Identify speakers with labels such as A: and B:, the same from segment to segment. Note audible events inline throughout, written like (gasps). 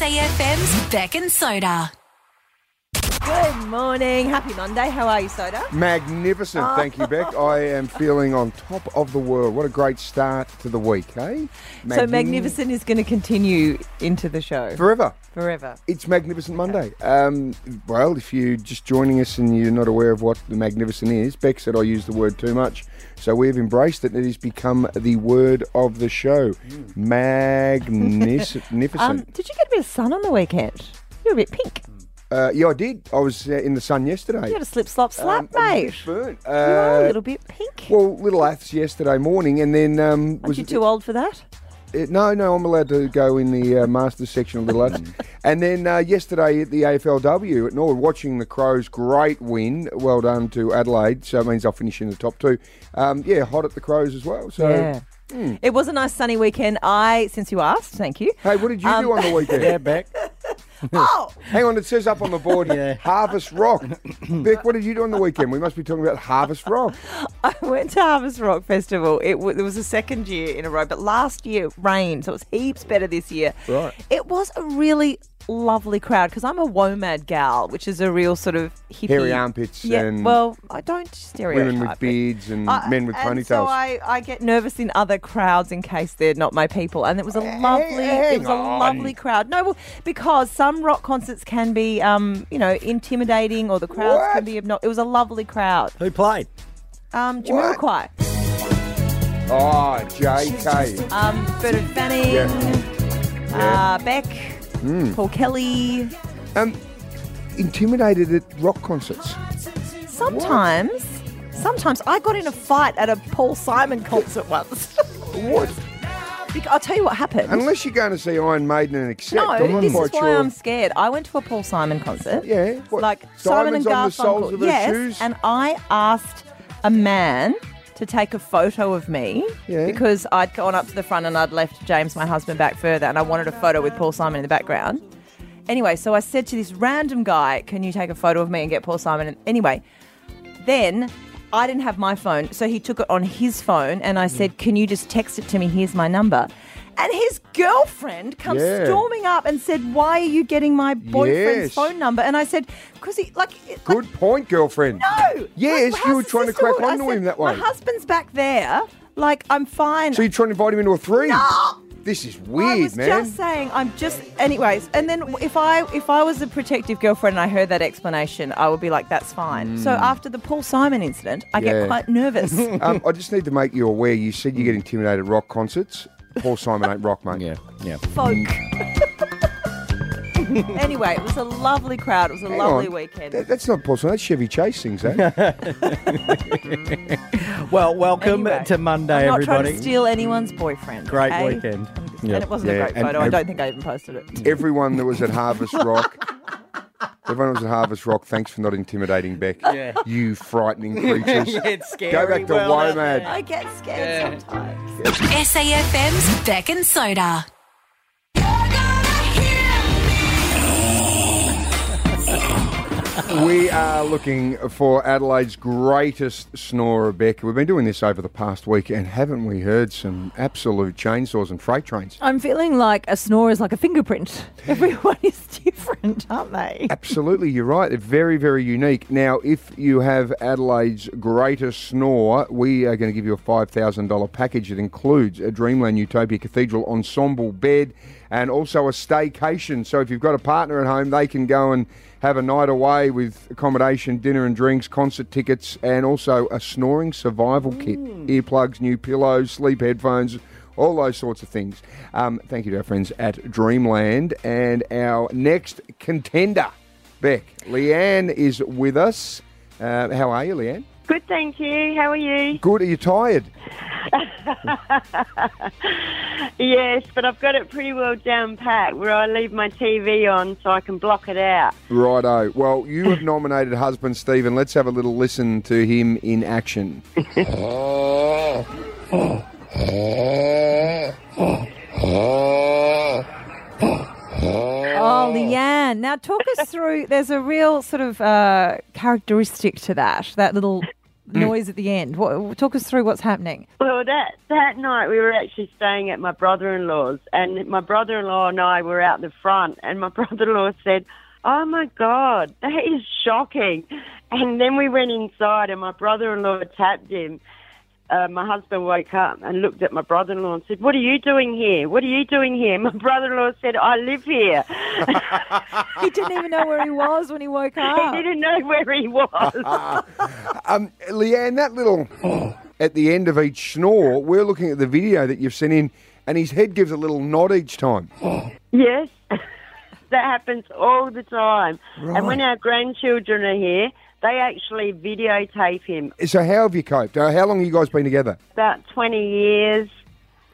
A: SAFM's Beck and Soda.
B: Good morning. Happy Monday. How are you, Soda?
C: Magnificent. Thank you, Beck. I am feeling on top of the world. What a great start to the week, eh?
B: So
C: Magni-
B: Magnificent is going to continue into the show
C: Forever.
B: forever.
C: It's Magnificent Monday. Um, well, if you're just joining us and you're not aware of what the Magnificent is, Beck said I use the word too much. So we've embraced it and it has become the word of the show. Magnificent.
B: (laughs) Um, did you get a bit of sun on the weekend? You're a bit pink.
C: uh, yeah, I did. I was uh, in the sun yesterday.
B: You had a slip, slop, slap,
C: Um, I
B: mate.
C: was a bit burnt.
B: you are a
C: Uh,
B: little bit pink.
C: well, little aths yesterday morning, and then um,
B: Aren't
C: was
B: you too old for that?
C: It, Uh, no, no, I'm allowed to go in the uh, Masters section a little later. and then uh, yesterday at the AFLW at Norwood, watching the Crows' great win. Well done to Adelaide. So it means I'll finish in the top two. Um, yeah, hot at the Crows as well. So,
B: yeah. It was a nice sunny weekend. I, since you asked, thank you.
C: Hmm. hey, what did you
B: Um,
C: do on the weekend?
D: Yeah,
C: (laughs)
D: back.
B: Oh,
C: Hang on, it says up on the board,
D: Yeah.
C: Harvest
B: (coughs)
C: Rock. Vic, what did you do on the weekend? We must be talking about Harvest Rock.
B: (laughs) I went to Harvest Rock Festival. It, w- it was the second year in a row, but last year it rained, so it was heaps better this year.
C: Right.
B: It was a really lovely crowd because I'm a WOMAD gal, which is a real sort of hippie.
C: Hairy armpits
B: Yeah,
C: and
B: well, I don't stereotype.
C: women with
B: it.
C: beards and
B: I-
C: men with
B: Uh, and
C: ponytails.
B: So I, I get nervous in other crowds in case they're not my people. And it was a lovely, it
C: hang
B: was a lovely crowd. No, well, because some rock concerts can be, um, you know, intimidating or the crowds
C: What?
B: can be obnoxious. It was a lovely crowd.
D: Who played?
B: Um, Jamiroquai,
C: oh, JK.
B: um, Bernard Fanning,
C: Yeah.
B: Uh, Beck,
C: Hmm.
B: Paul Kelly.
C: Um, intimidated at rock concerts.
B: Sometimes, sometimes I got in a fight at a Paul Simon concert once. (laughs)
C: What?
B: Bec- I'll tell you what happened.
C: Unless you're going to see Iron Maiden and accept,
B: No,
C: I'm not
B: this is
C: quite
B: why
C: sure.
B: I'm scared. I went to a Paul Simon concert.
C: Yeah, what,
B: like Simon and
C: diamonds on the soles
B: Garfunkel.
C: of her
B: yes,
C: shoes?
B: and I asked a man to take a photo of me
C: Yeah.
B: because I'd gone up to the front and I'd left James, my husband, back further, and I wanted a photo with Paul Simon in the background. Anyway, so I said to this random guy, "Can you take a photo of me and get Paul Simon?" And anyway, then. I didn't have my phone, so he took it on his phone, and I
C: Hmm.
B: said, "Can you just text it to me? Here's my number." And his girlfriend comes
C: Yeah.
B: storming up and said, "Why are you getting my boyfriend's
C: Yes.
B: phone number. And I said, because he, like, it- like,
C: Good point, girlfriend.
B: no.
C: Yes, you
B: Like, how's
C: were
B: the
C: trying to
B: sisterhood?
C: crack
B: I
C: onto him
B: said,
C: that way.
B: My husband's back there. Like, I'm fine.
C: So you're trying to invite him into a three?
B: No!
C: This is
B: I
C: weird,
B: was
C: man.
B: just saying, I'm just, anyways. And then if I if I was a protective girlfriend and I heard that explanation, I would be like, that's fine. So after the Paul Simon incident, I
C: Hmm. Yeah.
B: get quite nervous.
C: (laughs) um, I just need to make you aware. You said you get intimidated at rock concerts. Paul Simon ain't rock, mate.
D: Yeah, yeah.
B: Folk. (laughs) anyway, it was a lovely crowd. It was a
C: Hang
B: lovely
C: on.
B: weekend.
C: That- that's not Paul Simon. That's Chevy Chase things, eh?
D: (laughs) Well, welcome
B: Anyway,
D: to Monday,
B: I'm not
D: everybody.
B: trying to steal anyone's boyfriend.
D: Great
B: okay?
D: weekend.
B: I'm just-
D: Yeah.
B: And it wasn't
C: Yeah,
B: a great
C: and-
B: photo. I
C: and-
B: don't think I even posted it.
C: (laughs) Everyone that was at Harvest Rock. Everyone that was at Harvest Rock, thanks for not intimidating Beck.
D: Yeah.
C: You frightening
D: (laughs)
C: creatures.
D: it's scary.
C: Go back to
D: world out
C: WOMAD.
D: there.
B: I get scared sometimes.
A: SAFM's Beck and Soda. You're gonna hear me.
C: We are looking for Adelaide's greatest snorer, Beck. We've been doing this over the past week, and haven't we heard some absolute chainsaws and freight trains?
B: I'm feeling like a snore is like a fingerprint. (laughs) Everyone is different, aren't they?
C: Absolutely, you're right. They're very, very unique. Now, if you have Adelaide's greatest snore, we are going to give you a $5,000 package that includes a Dreamland Utopia Cathedral ensemble bed and also a staycation. So, if you've got a partner at home, they can go and have a night away with accommodation, dinner and drinks, concert tickets, and also a snoring survival kit earplugs, new pillows, sleep headphones. all those sorts of things. Um, thank you to our friends at Dreamland. And our next contender, Beck, Leanne is with us. Uh, how are you, Leanne?
E: Good, thank you. How are you? (laughs)
C: Good. Are you tired?
E: Yes, but I've got it pretty well down pat where I leave my TV on so I can block it out.
C: Righto. Well, you have nominated husband Stephen. Let's have a little listen to him in action.
B: Oh, Leanne. Now, talk us through. There's a real sort of uh, characteristic to that, that little noise at the end. What, talk us through what's happening.
E: Well, that that night we were actually staying at my brother-in-law's, and my brother-in-law and I were out the front, and my (laughs) brother-in-law said, "Oh my god, that is shocking!" And then we went inside, and my brother-in-law tapped him. Uh, my husband woke up and looked at my brother-in-law and said, "What are you doing here? What are you doing here?" My (laughs) brother-in-law said, "I live here."
B: (laughs) He didn't even know where he was when he
E: (laughs)
B: woke
E: he
B: up.
E: didn't know where he was.
C: Um, Leanne, that little at the end of each snore, we're looking at the video that you've sent in, and his head gives a little nod each time.
E: yes, (laughs) that happens all the time. And when our grandchildren are here, they actually videotape him.
C: So, how have you coped? Uh, How long have you guys been together?
E: About twenty years,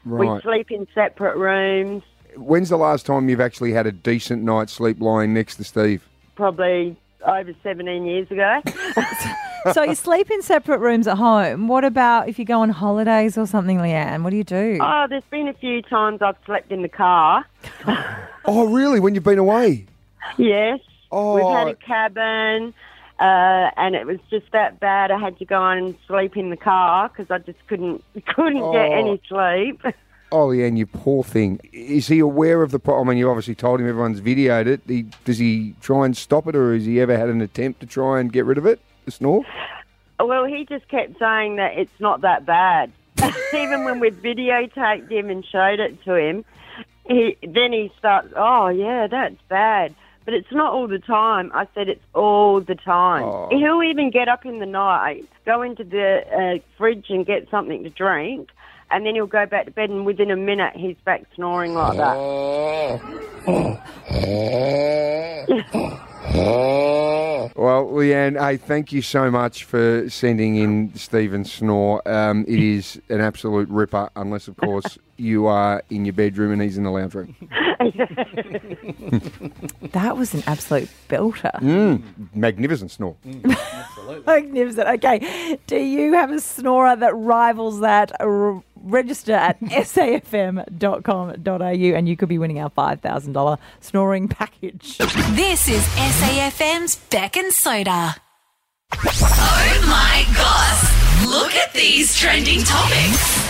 E: we
C: Right.
E: sleep in separate rooms.
C: When's the last time you've actually had a decent night's sleep lying next
E: (laughs)
C: to Steve?
E: Probably over seventeen years
C: (laughs)
E: ago.
B: so you sleep in separate rooms at home. What about if you go on holidays or something, Leanne? What do you do?
E: oh, there's been a few times I've slept in the car.
C: Oh, (laughs) really? When you've been away?
E: Yes.
C: Oh.
E: We've had a cabin, uh, and it was just that bad. I had to go on and sleep in the car because I just couldn't (laughs) couldn't get
C: Oh.
E: any sleep.
C: Oh, Leanne, you poor thing. Is he aware of the problem? I mean, you obviously told him everyone's videoed it. He, does he try and stop it, or has he ever had an attempt to try and get rid of it? The snore?
E: (laughs) Well, he just kept saying that it's not that
C: (laughs)
E: bad. Even when we videotaped him and showed it to him, he then he starts, "Oh yeah, that's bad." But it's not all the time. I said it's all the time.
C: Oh.
E: He'll even get up in the night, go into the uh, fridge and get something to drink, and then he'll go back to bed. And within a minute, he's back snoring like that.
C: Well, Leanne, hey, thank you so much for sending in Stephen's snore. Um, it is an absolute ripper, unless, of course, you are in your bedroom and he's in the lounge room.
B: That was (laughs) an (laughs) absolute belter.
C: Mm, Magnificent snore.
B: Magnificent. Okay. Do you have a snorer that rivals that? R- register at safm.com.au and you could be winning our $5,000 snoring package.
A: This is SAFM's Beck and Soda. Oh my gosh, look at these trending topics.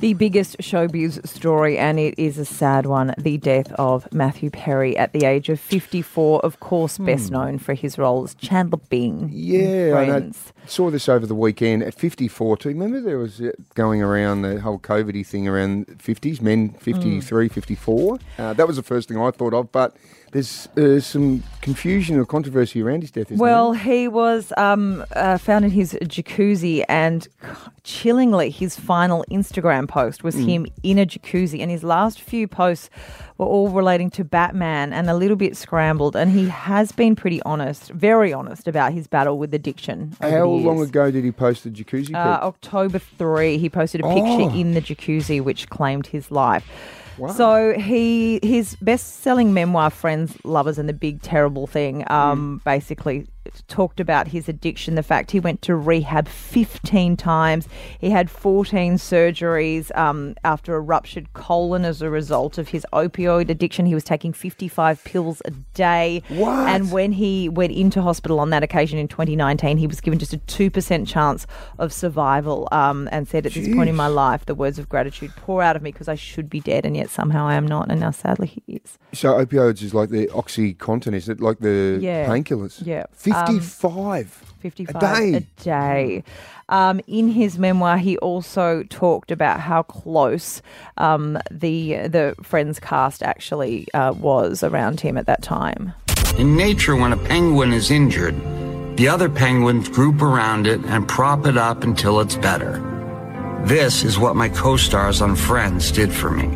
B: The biggest showbiz story, and it is a sad one the death of Matthew Perry at the age of 54, of course, best known for his role as Chandler Bing. in
C: Hmm. Yeah, I know.
B: Friends.
C: saw this over the weekend at 54 too. Remember there was uh, going around the whole COVID thing around 50s, men
B: Mm.
C: 53, 54? Uh, that was the first thing I thought of, but there's uh, some confusion or controversy around his death, isn't
B: Well, he was um, uh, found in his jacuzzi, and chillingly, his final Instagram post was
C: Hmm.
B: him in a jacuzzi, and his last few posts were all relating to Batman and a little bit scrambled. And he has been pretty honest, very honest about his battle with addiction.
C: there?
B: over
C: How
B: the
C: long
B: years.
C: ago did he post the jacuzzi pic?
B: Uh, October 3, he posted a picture
C: Oh.
B: in the jacuzzi which claimed his life. So he his best-selling memoir, Friends, Lovers, and the Big Terrible Thing,
C: Hmm.
B: um, basically talked about his addiction. The fact he went to rehab 15 times, he had 14 surgeries um, after a ruptured colon as a result of his opioid addiction. He was taking 55 pills a day,
C: What?
B: and when he went into hospital on that occasion in 2019, he was given just a 2% chance of survival um, and said, At this point in my life, the words of gratitude pour out of me because I should be dead, and yet somehow I am not. And now sadly, he is.
C: So opioids is like the OxyContin, is it? Like the
B: Yeah.
C: painkillers?
B: Yeah. Um,
C: 55.
B: 55
C: A day.
B: a day. Um, in his memoir, he also talked about how close um, the, the Friends cast actually uh, was around him at that time.
D: In nature, when a penguin is injured, the other penguins group around it and prop it up until it's better. This is what my co stars on Friends did for me.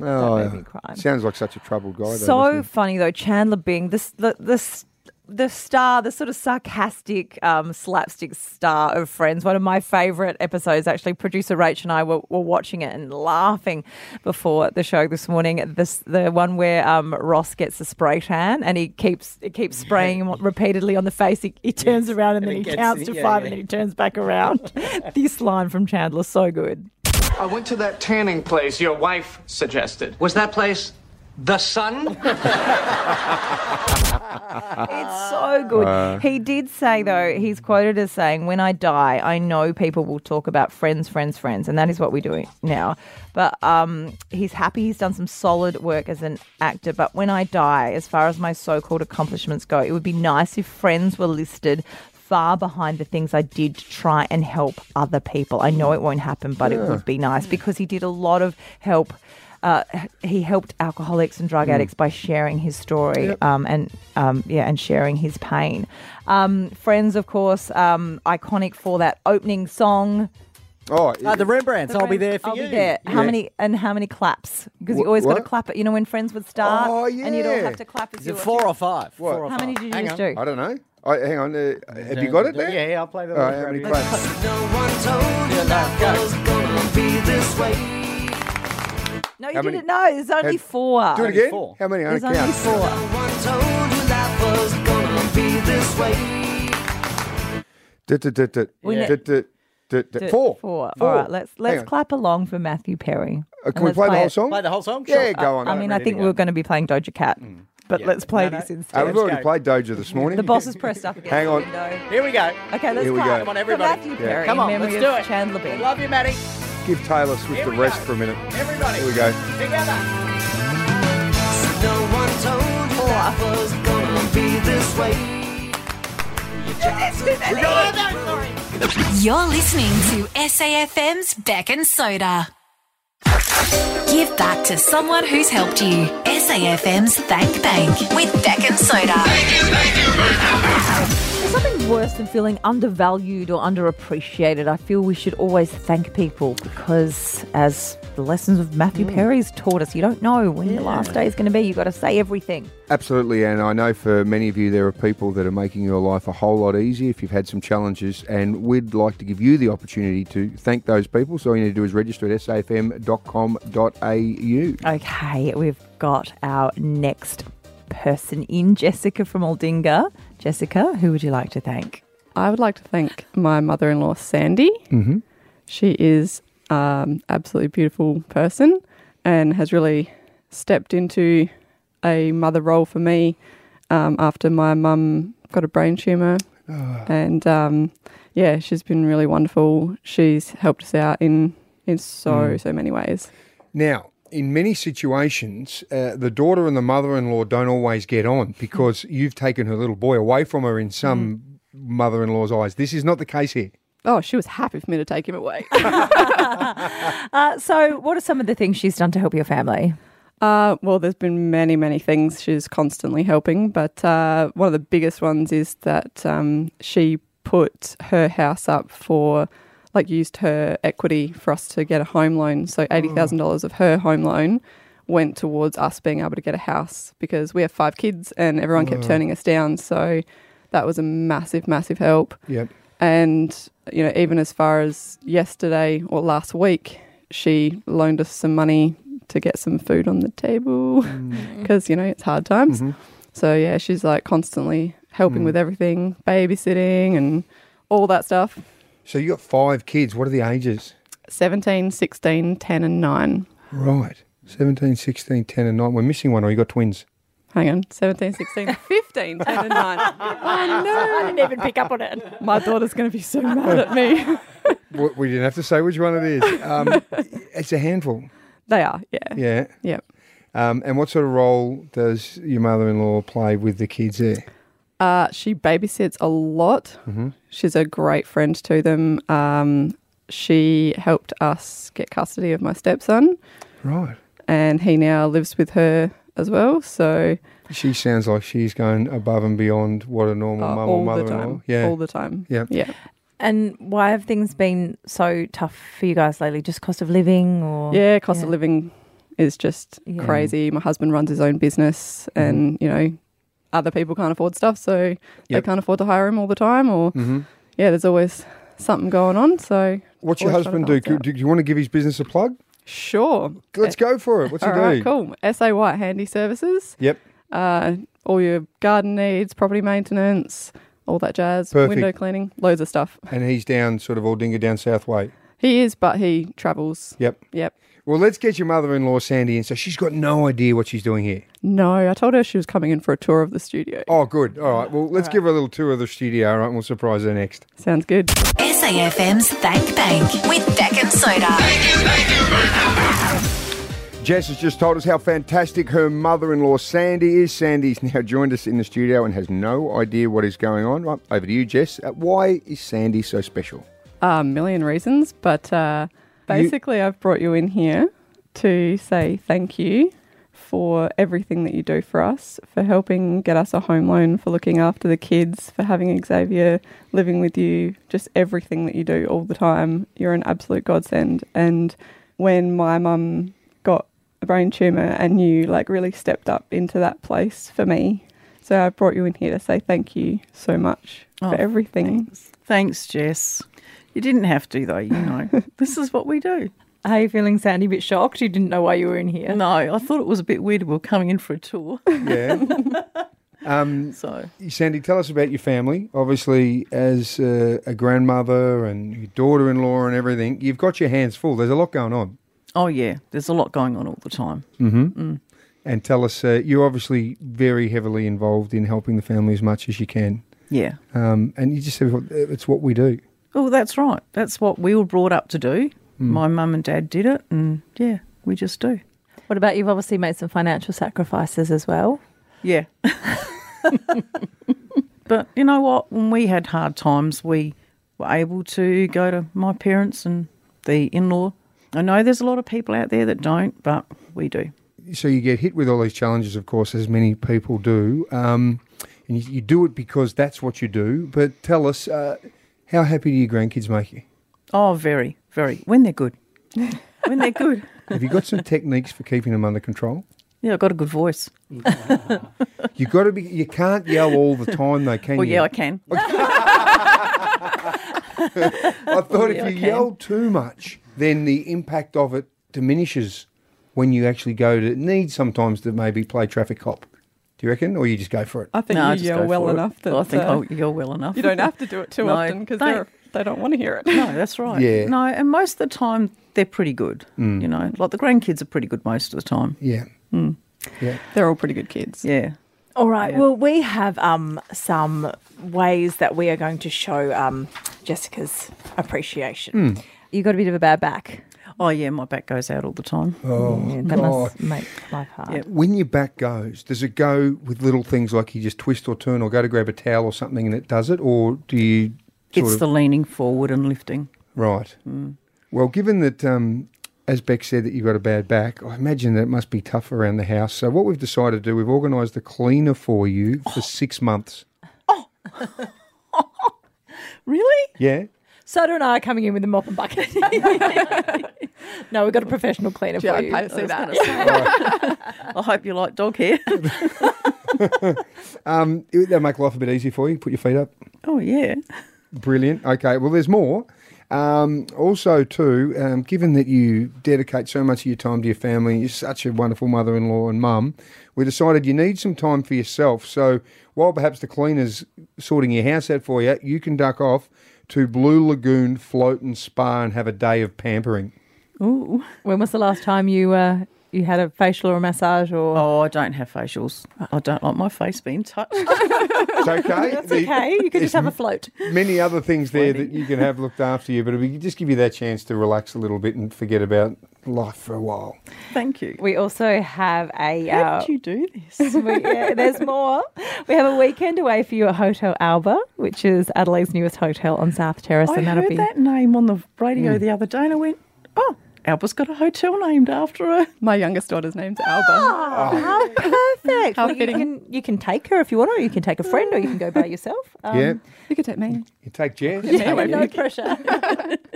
C: oh,
B: made me cry.
C: Sounds like such a troubled guy, though.
B: so
C: doesn't he?
B: funny though chandler bing this the this the star, the sort of sarcastic, um, slapstick star of Friends. One of my favourite episodes, actually. Producer Rach and I were, were watching it and laughing before the show this morning. This the one where um, Ross gets a spray tan and he keeps it keeps spraying him repeatedly on the face. He, he turns around and, then he counts to five and he turns back (laughs) around. this line from Chandler, so good.
F: I went to that tanning place your wife suggested.
G: Was that place (laughs)
F: The sun?
B: It's so good. he did say, though, he's quoted as saying, When I die, I know people will talk about friends, friends, friends. And that is what we're doing now. But um, he's happy he's done some solid work as an actor. But when I die, as far as my so called accomplishments go, it would be nice if friends were listed far behind the things I did to try and help other people. I know it won't happen, but it would be nice because he did a lot of help. Uh, he helped alcoholics and drug addicts by sharing his story um, and um, yeah, and sharing his pain. Um, Friends, of course, um, iconic for that opening song.
C: Oh,
G: Uh, the Rembrandts, I'll be there for
B: I'll
G: you.
B: be there. How
C: Yeah.
B: many and how many claps? Because you
C: Wh-
B: always got to
C: what?
B: clap it. You know when Friends would start,
C: Oh,
B: and you'd all
C: yeah.
B: have to clap. As
G: Is it
B: you-
G: four or five?
C: What?
G: Four or
B: How
G: five.
B: many did you
G: Hang
B: just
G: on.
B: do?
C: I don't know. I, hang on. Uh, have you got it there?
G: Yeah, yeah, I'll play the
C: All right, how many claps?
B: No, you
C: How many-
B: didn't know. There's only
C: Had-
B: four.
C: Do it again.
G: four.
C: How many? I
B: There's
C: don't
B: only
C: count.
B: four.
C: Dut, dut, dut, dut.
B: We know-
C: Dut, dut, dut, dut. Four.
B: Four.
C: Four.
B: All right, let's
C: Hang
B: let's
C: on.
B: clap along for Matthew Perry.
C: Uh,
B: And
C: can we
B: let's
C: play the
B: it-
C: whole song?
G: Play the whole song?
C: Yeah,
G: Sure.
C: go on.
B: I mean, I
G: ready
B: think
G: to
B: we were
G: go.
B: going to be playing Doja Cat, but let's play
G: Mm. No, no.
B: this instead.
C: Uh, we've
G: let's
C: already
G: go.
C: played Doja
B: (laughs)
C: this morning.
B: The boss is pressed up against
C: Hang
B: the
C: on.
B: window.
G: Here we go.
B: Okay, let's
C: Here we
B: clap.
C: go. Come
G: on,
B: for
G: everybody.
B: Matthew
C: Yeah.
B: Perry
G: Come on,
B: in memory
G: let's do
B: of
G: it.
B: Chandler Bing.
G: Love you, Maddie.
C: Give Taylor Swift
G: Here
C: the
G: we
C: rest
G: go.
C: for a minute.
G: Everybody.
C: Here we go.
G: Together.
A: You're listening to SAFM's Beck and Soda. Give back to someone who's helped you. SAFM's Thank Bank with Beck and Soda.
B: There's nothing worse than feeling undervalued or underappreciated. I feel we should always thank people because, as the lessons of Matthew
C: Mm.
B: Perry's taught us, you don't know when your last day is going to be. You've got to say everything.
C: Absolutely, and I know for many of you there are people that are making your life a whole lot easier if you've had some challenges, and we'd like to give you the opportunity to thank those people. So all you need to do is register at safm.com.au.
B: Okay, we've got our next person in, Jessica from Aldinga. Jessica, who would you like to thank? Uh,
H: I would like to thank my mother in law, Sandy. Mm-hmm. She is um, absolutely beautiful person and has really stepped into a mother role for me um, after my mum got a brain tumour. And um, yeah, she's been really wonderful. She's helped us out in, in so, so many ways.
C: Now, in many situations, uh, the daughter and the mother-in-law don't always get on because you've taken her little boy away from her in some mother-in-law's eyes. This is not the case here.
H: Oh, she was happy for me to take him away. (laughs)
B: Uh, so, what are some of the things she's done to help your family?
H: Uh, well, there's been many, many things she's constantly helping, but uh, one of the biggest ones is that um, she put her house up for, like, used her equity for us to get a home loan. So $80,000 of her home loan went towards us being able to get a house because we have five kids and everyone kept turning us down. So that was a massive, massive help.
C: Yep.
H: And, you know, even as far as yesterday or last week, she loaned us some money to get some food on the table because, you know, it's hard times. So, yeah, she's like constantly helping with everything, babysitting and all that stuff.
C: So you got five kids. What are the ages?
H: 17, 16, 10, and 9.
C: Right. 17, 16, 10 and 9. We're missing one or you got twins.
H: Hang on, 17, 16, 15, 10, and 9. Oh, no. I didn't even pick up on it. My daughter's going to be so mad at me.
C: We we didn't have to say which one it is. Um, it's a handful.
H: they are, yeah.
C: Yeah.
H: Yep.
C: Um, and what sort of role does your mother-in-law play with the kids there?
H: Uh, she babysits a lot.
C: Mm-hmm.
H: She's a great friend to them. Um, she helped us get custody of my stepson,
C: Right.
H: and he now lives with her as well. So
C: She sounds like she's going above and beyond what a normal
H: uh,
C: mum
H: all
C: or
H: the
C: mother-in-law.
H: time,
C: Yeah.
H: all the time,
C: Yep.
H: yeah.
B: And why have things been so tough for you guys lately? Just cost of living, or
H: Yeah, cost
B: Oh, Yeah.
H: of living is just
B: Yeah.
H: crazy. My husband runs his own business,
C: Mm-hmm.
H: and you know, other people can't afford stuff, so they
C: Yep. Mm-hmm.
H: can't afford to hire him all the time. Or yeah, there's always something going on. So
C: What's your
H: always trying
C: husband
H: to
C: do?
H: balance out.
C: Do you want to give his business a plug?
H: Sure.
C: Let's go for it. What's
H: All
C: he
H: right,
C: do?
H: cool. SA White Handy Services.
C: Yep.
H: Uh, all your garden needs, property maintenance, all that jazz,
C: Perfect.
H: window cleaning, loads of stuff.
C: And he's down sort of all down South Way.
H: He is, but he travels.
C: Yep.
H: Yep.
C: Well, let's get your mother-in-law Sandy in. So she's got no idea what she's doing here.
H: No, I told her she was coming in for a tour of the studio.
C: Oh, good. All right. Well, let's give her a little tour of the studio. All right, and we'll surprise her next.
H: Sounds good.
A: SAFM's Thank Bank with Beck and Soda.
C: Jess has just told us how fantastic her mother-in-law Sandy is. Sandy's (laughs) now joined us in the studio and has no idea what is going on. Right, over to you, Jess. Uh, why is Sandy so special?
H: A million reasons, but uh, basically, I've brought you in here to say thank you for everything that you do for us, for helping get us a home loan, for looking after the kids, for having Xavier living with you, just everything that you do all the time. You're an absolute godsend. And when my mum got a brain tumor and you like really stepped up into that place for me. So I brought you in here to say thank you so much
F: Oh,
H: for everything.
F: Thanks, Jess. You didn't have to, though,
C: (laughs)
F: you know. this is what we do.
I: Are you feeling Sandy a bit shocked? You didn't know why you were in here.
F: No, I thought it was a bit weird we were coming in for a tour.
C: Yeah. um,
F: (laughs) So,
C: Sandy, tell us about your family. Obviously, as uh, a grandmother and your daughter-in-law and everything, you've got your hands full. There's a lot going on.
F: (laughs)
C: Mm-hmm.
F: oh, yeah, there's a lot going on all the time. Mm.
C: And tell us, uh, you're obviously very heavily involved in helping the family as much as you can.
F: Yeah.
C: Um, and you just said "Well, it's what we do.
F: Oh, that's right. That's what we were brought up to do.
C: Hmm.
F: My mum and dad did it, and yeah, we just do.
I: What about you've obviously made some financial sacrifices as well?
F: Yeah. (laughs) but you know what? When we had hard times, we were able to go to my parents and the in law. I know there's a lot of people out there that don't, but we do.
C: so you get hit with all these challenges, of course, as many people do. Um, and you, you do it because that's what you do. But tell us, uh, how happy do your grandkids make you? (laughs)
F: Oh, very, very. When they're good. when they're good.
C: Have you got
F: (laughs)
C: some techniques for keeping them under control?
F: Yeah, I've got a good voice.
C: You got to be. You can't yell all the time, though, can
F: Well,
C: you?
F: yeah,
C: (laughs)
F: I can. (laughs)
C: I thought if
F: yeah, I
C: you
F: can.
C: yell too much, then the impact of it diminishes when you actually go to need sometimes to maybe play traffic cop. Do you reckon, or you just go for it?
H: I think
F: No, I
H: you
F: just
H: yell
F: go
H: well
F: for it.
H: enough that
F: I think
H: uh,
F: oh, you're well enough.
H: you don't have to do it too
F: (laughs) No,
H: often because
F: they-
H: they they don't want to hear it.
F: No, that's right.
H: (laughs)
C: Yeah. Mm.
F: No, and most of the time they're pretty good. You know, like the grandkids are pretty good most of the time. Mm.
C: Yeah. Yeah.
H: They're all pretty good kids.
F: Yeah.
J: All right. Well, we have um, some ways that we are going to show um, Jessica's appreciation.
I: You got a bit of a bad back.
F: Hmm. Oh yeah, my back goes out all the time.
C: Oh,
I: Yeah, that
C: God.
I: must make life hard.
F: Yeah.
C: When your back goes, does it go with little things like you just twist or turn or go to grab a towel or something and it does it? Or do you sort
F: it's
C: of.
F: the leaning forward and lifting. Mm.
C: right. Well, given that, um, as Beck said, that you've got a bad back, I imagine that it must be tough around the house. So, what we've decided to do, we've organised a cleaner for you for six months.
F: Really?
C: Yeah?
J: Soda and I are coming in with a mop and bucket. (laughs) no, we've got a professional cleaner for you.
H: see that.
F: (laughs)
J: (laughs)
F: I hope you like dog hair. (laughs)
C: Um, it- that'll make life a bit easier for you. Put your feet up.
F: oh yeah.
C: Brilliant. Okay. Well, there's more. Um, also, too, um, given that you dedicate so much of your time to your family, you're such a wonderful mother-in-law and mum. We decided you need some time for yourself. So while perhaps the cleaners sorting your house out for you, you can duck off to Blue Lagoon Float and Spa and have a day of pampering.
F: Ooh.
I: When was the last time you uh, you had a facial or a massage or?
F: Oh, I don't have facials. I don't like my face being touched.
J: (laughs)
C: It's okay. The-
J: Okay, you can
C: there's
J: just have a (laughs) float.
C: many other things there that you can have looked after you, but it will just give you that chance to relax a little bit and forget about life for a while.
F: Thank you.
J: We also have a.
F: How
J: Uh,
F: did you do this?
J: we- yeah, (laughs) there's more. We have a weekend away for you at Hotel Alba, which is Adelaide's newest hotel on South Terrace,
F: I
J: and that'll
F: heard
J: be Mm.
F: that name on the radio the other day, and
J: (laughs)
F: I went, "Oh, Alba's got a hotel named after her."
H: My youngest daughter's name's Alba.
J: Oh, perfect.
H: How
J: Well, you
H: fitting.
J: can you can take her if you want, or you can take a friend, or you can go by yourself. Um,
C: (laughs) yeah.
H: You could take me.
C: You take
J: (laughs)
C: Jess.
J: no pressure.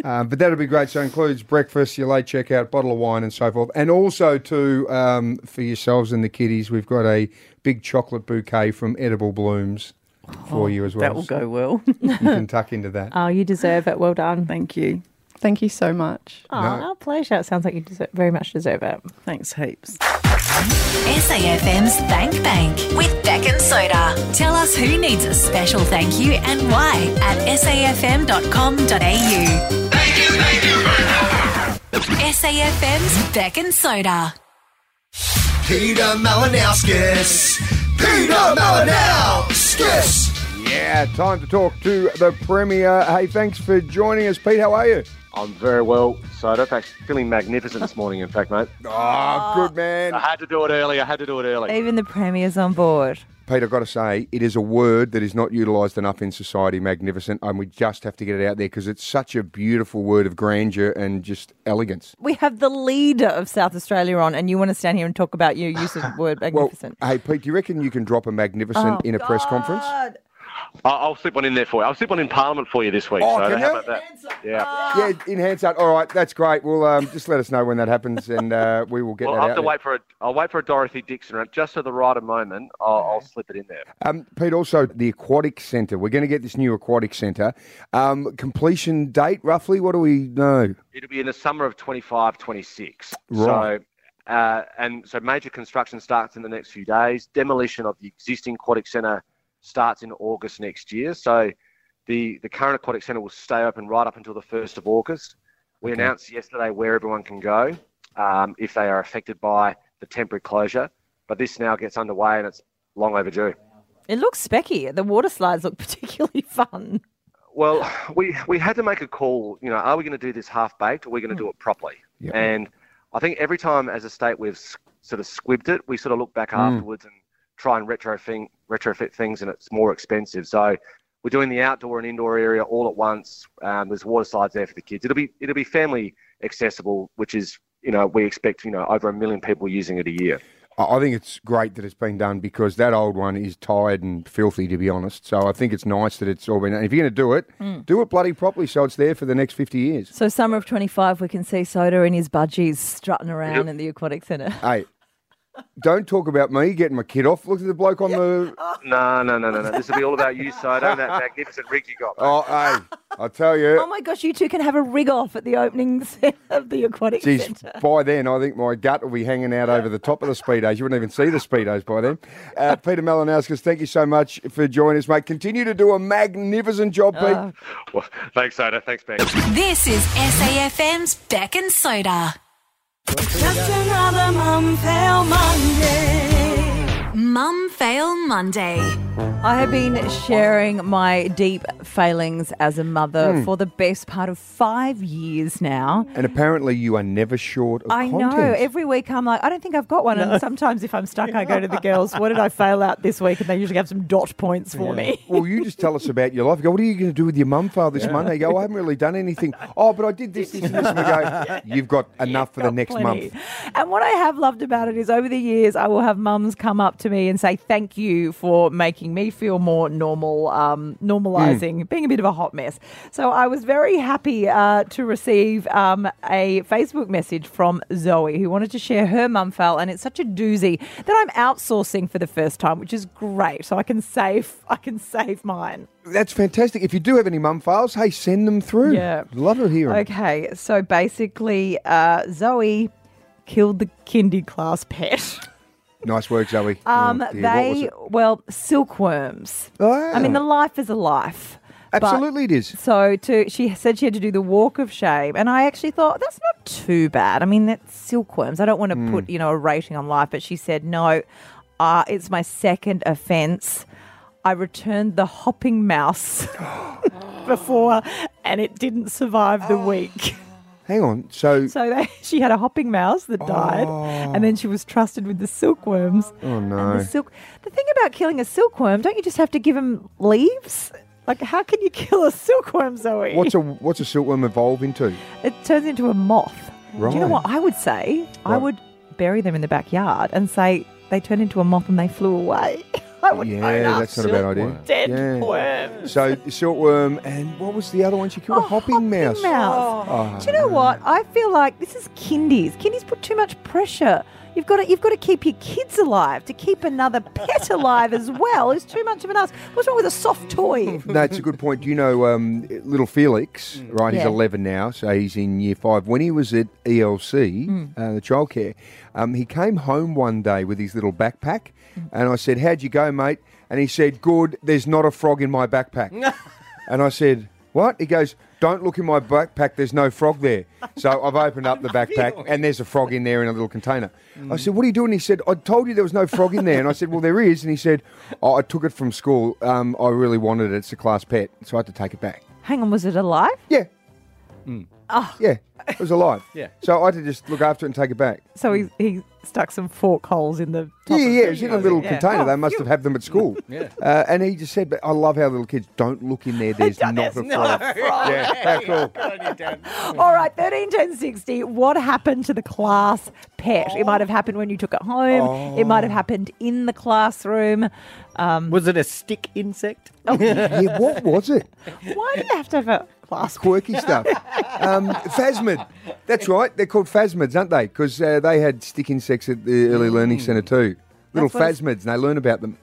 C: Um, but that'll be great. So includes breakfast, your late checkout, bottle of wine, and so forth. And also too um, for yourselves and the kiddies, we've got a big chocolate bouquet from Edible Blooms for you as well.
F: Oh, That will go well.
C: You
F: (laughs)
C: can tuck into that.
J: Oh, you deserve it. Well done.
F: Thank you.
H: Thank you so much.
J: Oh,
C: No.
J: our pleasure. It sounds like you deserve, very much deserve it.
F: Thanks heaps.
A: SAFM's Thank Bank with Beck and Soda. Tell us who needs a special thank you and why at safm.com.au. SAFM's Beck and Soda.
K: Peter Malinowskis. Peter Malinowskis.
C: Yeah, time to talk to the Premier. Hey, thanks for joining us, Pete. How are you?
L: I'm very well, Soda. In fact, feeling magnificent this morning, in fact, mate.
C: (laughs) Ah, good man.
L: I had to do it early. I had to do it early.
B: (laughs) Even the Premier's on board.
C: Pete, I've got to say, it is a word that is not utilised enough in society, magnificent, and we just have to get it out there because it's such a beautiful word of grandeur and just elegance.
B: We have the leader of South Australia on, and you want to stand here and talk about your use of the word magnificent.
C: Hey, Pete, do you reckon you can drop a magnificent
B: Oh,
C: in a press conference?
L: I- I'll slip one in there for you. I'll slip one in Parliament for you this week,
C: Oh,
L: Soda.
C: can
L: How
C: you?
L: about that? Yeah.
C: Yeah, enhance that. All right, that's great. Well, um, just let us know when that happens, and uh, we will get
L: well,
C: that
L: I'll
C: out.
L: have to
C: there.
L: wait for a. I'll wait for a Dorothy Dixon rant just for the right moment. I'll, I'll slip it in there.
C: Um, Pete, also the aquatic centre. We're going to get this new aquatic centre. Um, completion date, roughly. What do we know?
L: It'll be in the summer of 25, 26.
C: Right.
L: So, uh, and so major construction starts in the next few days. Demolition of the existing aquatic centre starts in August next year. So the, the current aquatic centre will stay open right up until the 1st of August. We
M: Okay.
L: announced yesterday where everyone can go um, if they are affected by the temporary closure. But this now gets underway and it's long overdue.
B: It looks specky. The water slides look (laughs) particularly fun.
L: Well, (sighs) we we had to make a call. You know, are we going to do this half baked or are we going to do it properly?
C: Hmm. Yeah.
L: And I think every time as a state we've s- sort of squibbed it, we sort of look back
C: Mm.
L: afterwards and try and retrofit retrofit things, and it's more expensive. So we're doing the outdoor and indoor area all at once. Um, there's water slides there for the kids. It'll be it'll be family accessible, which is you know we expect you know over a million people using it a year.
C: I I think it's great that it's been done because that old one is tired and filthy, to be honest. So I think it's nice that it's all been. And if you're going to do it,
B: Mm.
C: do it bloody properly, so it's there for the next fifty years.
B: So, summer of 25, we can see Soda in his budgies strutting around
C: Yep.
B: in the aquatic centre.
C: Hey, don't talk about me getting my kid off. Look at the bloke on the.
L: No, no, no, no, no. This will be all about you, Soda, and that magnificent rig you got. mate.
C: Oh, hey, I tell you.
B: Oh my gosh, you two can have a rig off at the opening (laughs) of the aquatic
C: Geez,
B: centre.
C: by then, I think my gut will be hanging out over the top of the Speedos. You wouldn't even see the Speedos by then.
B: (laughs)
C: Uh, Peter Malinowskis, thank you so much for joining us, mate. Continue to do a magnificent job, Pete.
B: Oh.
A: Ah.
L: (laughs) Well, thanks, Soda. Thanks, Ben.
A: This is SAFM's Beck and Soda.
N: Just another mum fail Monday.
A: Mum Fail Monday.
B: I have been sharing my deep failings as a mother
C: Hmm.
B: for the best part of five years now.
C: And apparently, you are never short of
B: I
C: content.
B: know. Every week I'm like, I don't think I've got one.
C: No.
B: And sometimes if I'm stuck, I go to the
C: (laughs)
B: girls, what did I fail out this week? And they usually have some dot points for
C: Yeah.
B: me.
C: well, you just tell us about your life. You go, what are you going to do with your mum, father, this
B: Yeah.
C: Monday? You go, I haven't really done anything. Oh, but I did this, this, and this. And we
B: (laughs)
C: go, you've got enough for the next month.
B: And what I have loved about it is over the years, I will have mums come up to me and say, Thank you for making me feel more normal, um, normalizing being a bit of a hot mess. So I was very happy uh, to receive um, a Facebook message from Zoe who wanted to share her mum fail. And it's such a doozy that I'm outsourcing for the first time, which is great. So I can save, I can save mine.
C: That's fantastic. If you do have any mum fails, hey, send them through.
B: Yeah.
C: Love to hear 'em.
B: Okay, so basically, uh, Zoe killed the kindy class pet. (laughs)
C: Nice work, Zoe.
B: Um,
C: Oh, dear, what was
B: they
C: it? Oh.
B: well silkworms. I mean, the life is a life. but-
C: Absolutely it is.
B: So to she said she had to do the walk of shame, and I actually thought that's not too bad. I mean, that's silkworms. I don't want to
O: Mm.
C: Hmm.
B: put you know a rating on life, but she said no. Uh, it's my second offence. I returned the hopping
C: (gasps)
B: mouse before, and it didn't survive
C: Oh.
B: the week. (laughs)
C: Hang on. So,
B: So they, she had a hopping mouse that died, and then she was trusted with the silkworms.
C: oh
B: The
C: no.
B: silk. The thing about killing a silkworm, don't you just have to give them leaves? Like, how can you (laughs) kill a silkworm, Zoe? (laughs)
C: What's a what's a silkworm evolve into?
B: It turns into a moth. Do you know
C: Right.
B: what I would say? I
C: What?
B: would bury them in the backyard and say they turned into a moth and they flew away. (laughs) I would own
C: yeah,
B: up.
C: that's not a bad idea.
B: Dead
C: yeah.
B: worm.
C: So silkworm and what was the other one she killed? a hopping, mouse.
B: Oh, Mouse.
C: Oh.
B: Do you know what? I feel like this is kindies. Kindies put too much pressure. You've got to you've got to keep your kids alive. To keep another pet alive as well is too much of an ask. What's wrong with a soft
C: (laughs)
B: toy?
C: No, it's a good point. Do you know um, little Felix, right? He's
B: Mm. Yeah.
C: 11 now, so he's in year five. When he was at ELC,
B: Mm.
C: uh, the childcare, um, he came home one day with his little backpack,
B: Mm.
C: and I said, How'd you go, mate? And he said, Good, there's not a frog in my backpack. and I said, What? He goes, Don't look in my backpack, there's no frog there. So I've opened
F: (laughs)
C: up the backpack and there's a frog in there in a little container.
F: Mm.
C: I said, What are you doing? He said, I told you there was no frog in there. And I said, Well, there is. And he said, oh, I took it from school. Um, I really wanted it. It's a class pet. So I had to take it back.
P: Hang on, was it alive?
C: Yeah.
F: Mm.
P: Oh,
C: Yeah, it was
F: (laughs)
C: alive.
P: Yeah.
C: So I had to just look after it and take it back.
F: So he, he stuck some fork holes in the
C: Hmm. Yeah,
F: top.
C: yeah, it was in a little
F: Yeah.
C: container.
F: Oh,
C: they must have had them at school.
F: (laughs) Yeah.
C: Uh, and he just said, but I love how little kids don't look in there.
F: (laughs)
C: There's not a frog. Yeah, how cool.
B: (laughs) All right, 13, 10, 60. What happened to the class pet? It
C: Oh.
B: might have happened when you took it home. It might have happened in the classroom. Um,
L: was it a stick insect?
B: Oh,
C: (laughs)
B: yeah.
C: Yeah, what was it?
B: Why do you have to have a class
C: Quirky stuff. Um, phasmid. That's right. They're called phasmids, aren't they? Because uh, they had stick insects at the Early Learning Centre too. Little
B: That's what it's-
C: phasmids, and they learn about them.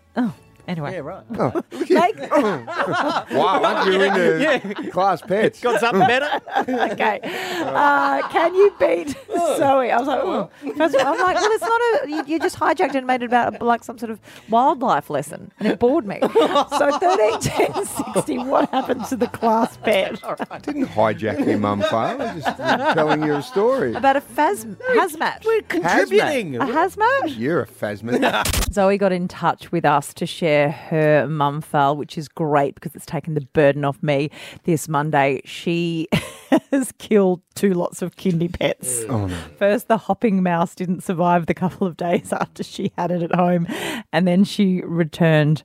B: Anyway.
L: Yeah, right.
C: Oh.
B: (laughs)
C: (laughs)
B: Make-
C: Wow, aren't you into class pets? Hmm.
L: Got something better?
B: (laughs) okay. Uh, can you beat Zoe? I was like, (laughs) oh. First of all, I'm like, well, it's not a. You, you just hijacked it and made it about like some sort of wildlife lesson, and it bored me. (laughs) So 13, 10, 60, What happened to the class (laughs) pet?
C: Didn't hijack your mum, Farrell. I'm just telling you a story.
B: About a phas- hazmat. We're
C: contributing.
B: A hazmat.
C: You're a phasmid.
F: (laughs) Zoe got in touch with us to share her mum fail, which is great because it's taken the burden off me this Monday. She (laughs) has killed two lots of kidney pets.
Q: Oh, no.
F: First, the hopping mouse didn't survive the couple of days (laughs) after she had it at home, and then she returned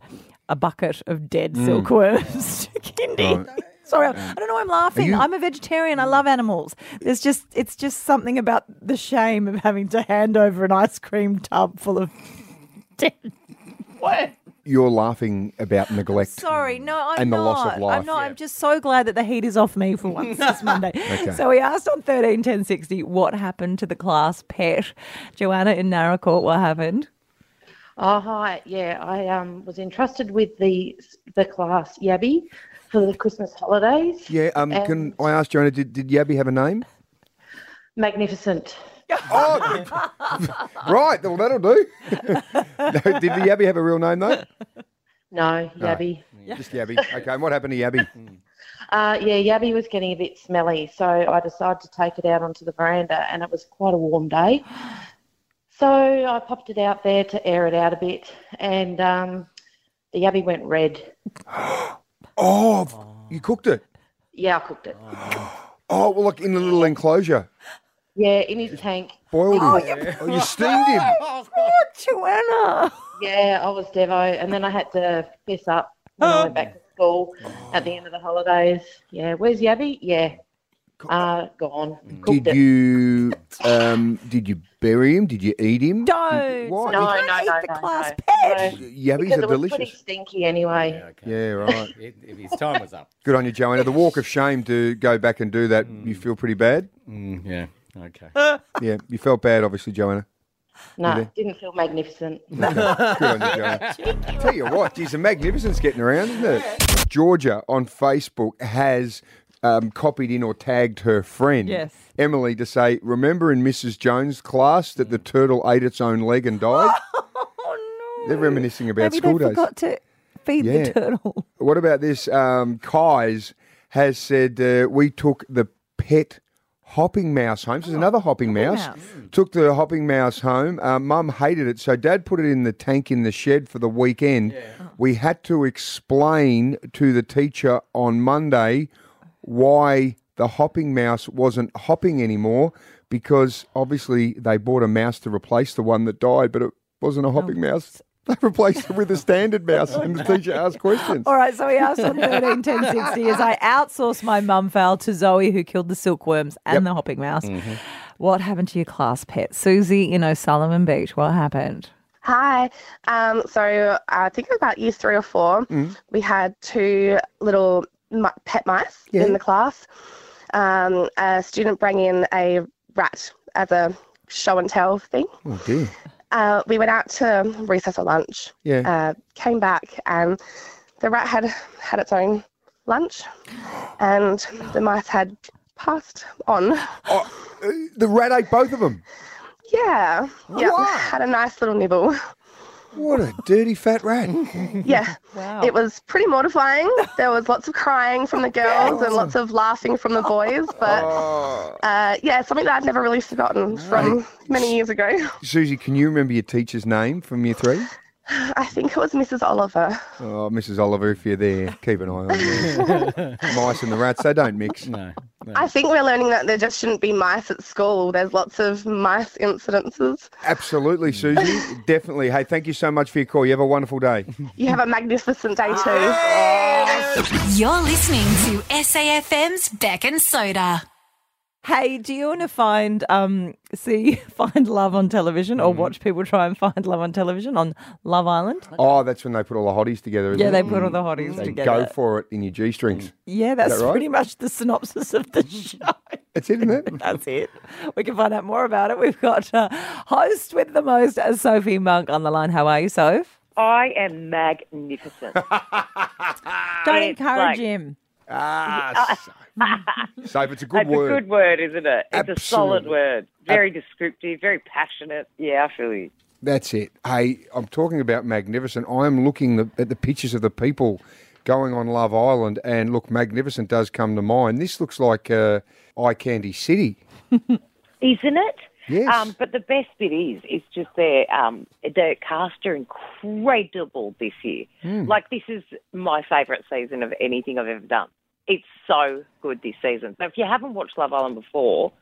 F: a bucket of dead
J: (laughs)
B: Mm.
F: silkworms to Kindy.
B: Right. Sorry, I I don't know. why I'm laughing.
F: you-
B: I'm a vegetarian. I love animals. There's just it's just something about the shame of having to hand over an ice cream tub full of (laughs) dead. What?
C: You're laughing about neglect.
B: Sorry, no, I'm
C: And the
B: not.
C: loss of life.
B: I'm not. I'm just so glad that the heat is off me
C: (laughs)
B: for once this Monday.
C: Okay.
B: So we asked on thirteen ten sixty what happened to the class pet. Joanna in Narra Court, what happened?
O: Oh hi, yeah. I um, was entrusted with the the class Yabby for the Christmas holidays.
C: Yeah, um,
O: And
C: can I ask Joanna, did, did Yabby have a name?
O: magnificent.
C: (laughs) Oh, right, well, that'll do. (laughs) no, did the Yabby have a real name, though?
O: (laughs) No, Yabby.
C: No, just Yabby. Okay, and what happened to
O: (laughs)
C: Yabby?
O: Uh, yeah, Yabby was getting a bit smelly, so I decided to take it out onto the veranda, and it was quite a warm day. So I popped it out there to air it out a bit, and um, the Yabby went red.
C: Oh, f- you cooked it.
O: Yeah, I cooked it.
C: Oh, well, look, in a little enclosure.
O: Yeah, in his tank.
C: Boiled
O: Oh,
C: him.
O: you-
C: Oh, you steamed
O: (laughs)
C: him.
B: Joanna.
O: Yeah, I was Devo, and then I had to fess up when I went back to school at the end of the holidays. Yeah, where's Yabby? Yeah, uh, gone. Cooked
C: Did
O: it.
C: you um, did you bury him? Did you eat him?
B: Don't.
O: No,
C: Why?
O: no,
C: You-
O: no, no, no.
B: pet.
C: Yabbies are
O: because it was pretty
C: delicious.
O: stinky anyway.
C: Yeah, right.
L: If his time was up.
C: Good on you, Joanna. The walk of shame to go back and do that. You feel pretty bad.
L: Mm, yeah. Okay.
C: (laughs) Yeah, you felt bad, obviously, Joanna.
O: No,
C: Really?
O: didn't feel magnificent.
C: Okay, good on you,
O: (laughs)
C: Joanna. Tell you what, geez, the magnificence getting around, isn't it? Georgia on Facebook has um, copied in or tagged her friend,
Q: Yes.
C: Emily, to say, "Remember in Mrs. Jones' class that the turtle ate its own leg and died." oh no! They're reminiscing about
B: Maybe
C: school
B: they
C: days.
B: forgot to feed the turtle.
C: What about this? Um, Kai's has said uh, we took the pet hopping mouse home. So there's another hopping mouse.
Q: mouse.
C: Took the hopping mouse home. Uh, Mum hated it, so Dad put it in the tank in the shed for the weekend. We had to explain to the teacher on Monday why the hopping mouse wasn't hopping anymore because obviously they bought a mouse to replace the one that died, but it wasn't a hopping mouse. (laughs) They replaced it with a standard mouse, and the teacher asked questions.
B: All right, so we asked on 13, 10, 60 as I outsourced my mum foul to Zoe, who killed the silkworms and
F: Yep.
B: the hopping mouse.
C: Mm-hmm.
B: What happened to your class pet? Susie in O'Sullivan Beach, what happened?
R: Hi. Um, so I think about year three or four,
C: Mm.
R: we had two little mi- pet mice
Q: Yeah.
R: in the class. Um, a student brought in a rat as a show and tell thing.
C: Oh dear.
R: Uh, we went out to recess or lunch.
C: Yeah.
R: Uh, came back and the rat had had its own lunch, and the mice had passed on.
C: (laughs)
R: (laughs)
C: The rat ate both of them.
R: Yeah. Yeah.
C: Wow.
R: Had a nice little nibble.
C: What a dirty fat rat.
R: Yeah. It was pretty mortifying. There was lots of crying from the girls and lots of laughing from the boys. But uh, yeah, something that I've never really forgotten from many years ago. (sighs)
C: Susie, can you remember your teacher's name from year three?
R: I think it was Mrs. Oliver.
C: Oh, Mrs. Oliver, if you're there, keep an eye on (laughs) the mice and the rats. They don't mix. No.
R: I think we're learning that there just shouldn't be mice at school. There's lots of mice incidences.
C: Absolutely,
B: (laughs)
C: Susie. Definitely. Hey, thank you so much for your call. You have a wonderful day.
R: You have a magnificent day too.
A: You're listening to SAFM's Beck and Soda.
B: Hey, do you want to find um see (laughs) find love on television
C: Mm-hmm.
B: or watch people try and find love on television on Love Island?
C: Oh, that's when they put all the hotties together. isn't
B: Yeah, they
C: it? Mm.
B: put all the hotties
C: They
B: together.
C: Go for it in your G strings.
B: Yeah, that's
C: that right?
B: pretty much the synopsis of the (laughs) show.
C: That's it, isn't
B: (laughs)
C: it?
B: that's it. We can find out more about it. We've got uh, host with the most, uh, Sophie Monk, on the line. How are you, Soph?
Q: I
C: (laughs)
Q: am magnificent.
B: Don't
Q: It's
B: encourage
Q: like-
B: him.
C: Ah,
Q: (laughs)
C: Safe. It's a good
Q: That's
C: word.
Q: a good word, isn't it? It's a solid
C: Absolutely.
Q: word. Very descriptive, very passionate. Yeah, I feel you.
C: That's it. Hey, I'm talking about magnificent. I am looking the, at the pictures of the people going on Love Island, and look, magnificent does come to mind. This looks like uh, Eye Candy City.
Q: Isn't it?
C: Yes.
Q: Um, but the best bit is, is just their um, their cast are incredible this year.
F: Hmm.
Q: Like this is my favourite season of anything I've ever done. It's so good this season. So if you haven't watched Love Island before,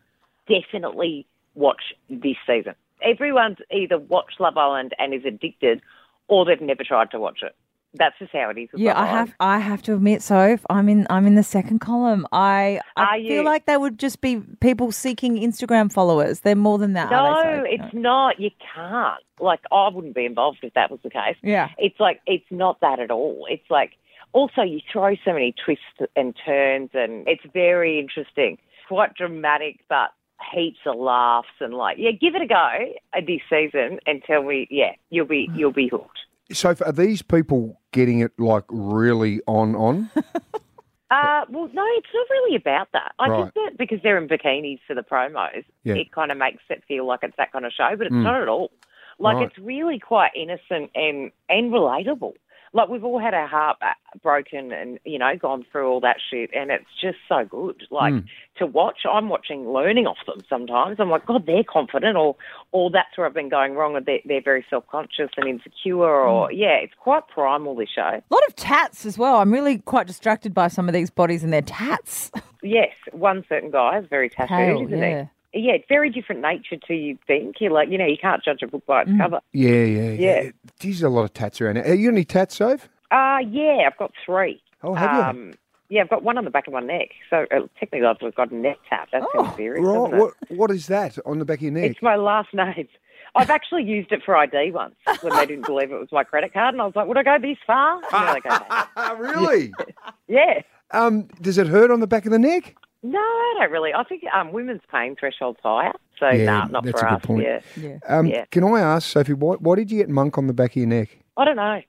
Q: definitely watch this season. Everyone's either watched Love Island and is addicted, or they've never tried to watch it. That's just how it is. with
B: Yeah,
Q: Love
B: I
Q: Island.
B: have. I have to admit, Soph, I'm in. I'm in the second column. I.
Q: Are
B: I
Q: you?
B: feel like they would just be people seeking Instagram followers. They're more than that. are they,
Q: No,
B: Soph?
Q: it's not. You can't. Like, I wouldn't be involved if that was the case.
B: Yeah.
Q: It's like, it's not that at all. It's like, also, you throw so many twists and turns, and it's very interesting. Quite dramatic, but heaps of laughs and like, yeah, give it a go uh, this season and tell me, yeah, you'll be
C: Mm.
Q: you'll be hooked.
C: So, are these people getting it like really on
B: (laughs)
C: on?
Q: Uh, well, no, it's not really about that. I
C: Right.
Q: think that because they're in bikinis for the promos,
C: Yeah.
Q: it kind of makes it feel like it's that kind of show, but it's
F: Mm.
Q: not at all. Like
F: Right.
Q: it's really quite innocent and and relatable. Like we've all had our heart uh, broken and you know gone through all that shit, and it's just so good. Like
F: Mm.
Q: to watch, I'm watching, learning off them sometimes. I'm like, God, they're confident, or or that's where I've been going wrong, or they're, they're very self conscious and insecure, or
B: Mm.
Q: yeah, it's quite primal this show.
B: A lot of tats as well. I'm really quite distracted by some of these bodies and their tats.
Q: Yes, one certain guy is very tattooed,
B: Pale,
Q: isn't
B: yeah.
Q: he? Yeah, very different nature to you think. You're like, you know, you can't judge a book by its cover.
C: Yeah, yeah, yeah.
Q: Yeah.
C: Geez, a lot of tats around. Are you got any tats, Soph?
Q: Uh, yeah, I've got three.
C: Oh, have you?
Q: um, Yeah, I've got one on the back of my neck. So uh, technically, I've got a neck tap. That's kind of serious,
C: Oh, Right.
Q: isn't it?
C: What, what is that on the back of your neck?
Q: It's my last name. I've actually used it for ID once when they didn't believe it was my credit card, and I was like, "Would I go this far?" And then I
C: go, (laughs) really?
Q: (laughs) yeah.
C: Um, does it hurt on the back of the neck?
Q: No, I don't really. I think um, women's pain threshold's higher, so
C: Yeah,
Q: nah, Oh, not
C: that's
Q: for
C: a good
Q: us.
C: point.
Q: Yeah,
C: Um,
Q: yeah.
C: Can I ask, Sophie, why, why did you get monk on the back of your neck?
Q: I don't know.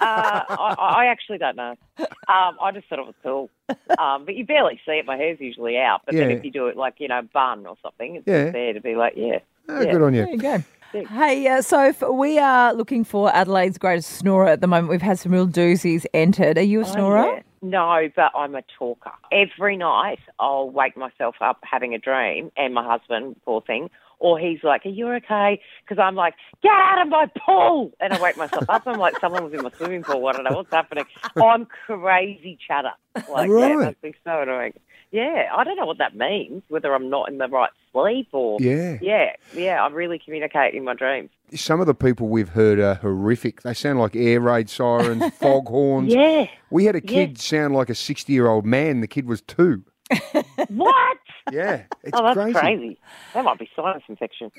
Q: Uh, I, I actually don't know. Um, I just thought it was cool. Um, but you barely see it. My hair's usually out. But then
C: Yeah.
Q: if you do it like, you know, bun or something, it's
B: Yeah.
Q: just there to be like, yeah.
C: Oh,
Q: yeah.
C: good on you.
B: There you go. Hey, uh, Soph, we are looking for Adelaide's greatest snorer at the moment. We've had some real doozies entered. Are you a
Q: Oh,
B: snorer?
Q: yeah. No, but I'm a talker. Every night I'll wake myself up having a dream, and my husband, poor thing, or he's like, Are you okay? Because I'm like, Get out of my pool! And I wake myself up. I'm like, Someone was in my swimming pool. I don't know what's happening. I'm crazy chatter. Like, yeah, it
F: Right.
Q: must be so annoying. Yeah, I don't know what that means, whether I'm not in the right sleep or.
C: Yeah.
Q: Yeah, yeah, I really communicate in my dreams.
C: Some of the people we've heard are horrific. They sound like air raid
Q: (laughs)
C: sirens, fog horns.
Q: Yeah.
C: We had a
Q: Yeah.
C: kid sound like a 60 year old man. The kid was two.
Q: What?
C: Yeah. It's
Q: oh, that's
C: crazy.
Q: crazy. That might be sinus infection.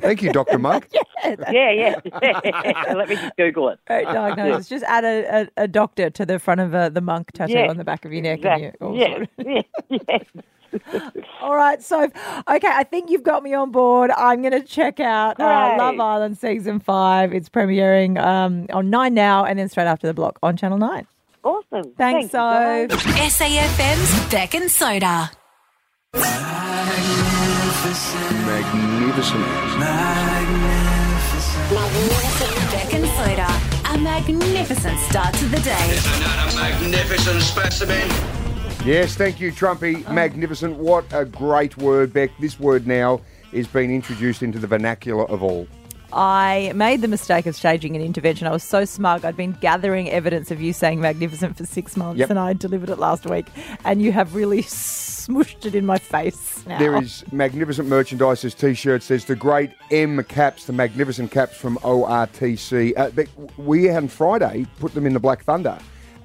C: Thank you, Dr. Monk.
Q: (laughs) yeah, yeah, yeah. (laughs) Let me just Google it.
B: Great diagnosis. Just add a, a, a doctor to the front of uh, the monk tattoo
Q: Yeah,
B: on the back of your neck. And
Q: exactly.
B: you're all
Q: Yeah,
B: sorted.
Q: (laughs) yeah,
B: (laughs) All right, so okay, I think you've got me on board. I'm going to check out uh,
Q: Great.
B: Love Island season five. It's premiering um, on Nine now, and then straight after the block on Channel Nine.
Q: Awesome.
B: Thanks, so.
A: SAFM's Beck and Soda.
C: Magnificent.
A: Beck and Soda, a magnificent start to the day.
K: Another magnificent specimen.
C: Yes, thank you,
Q: Oh.
C: Trumpy. Magnificent. What a great word, Beck. This word now is being introduced into the vernacular of all.
B: I made the mistake of staging an intervention. I was so smug. I'd been gathering evidence of you saying magnificent for six months,
C: Yep.
B: and I delivered it last week. And you have really (laughs) smooshed it in my face now.
C: There is magnificent merchandise. There's t-shirts. There's the great M caps, the magnificent caps from ORTC. Uh, but we on Friday put them in the Black Thunder,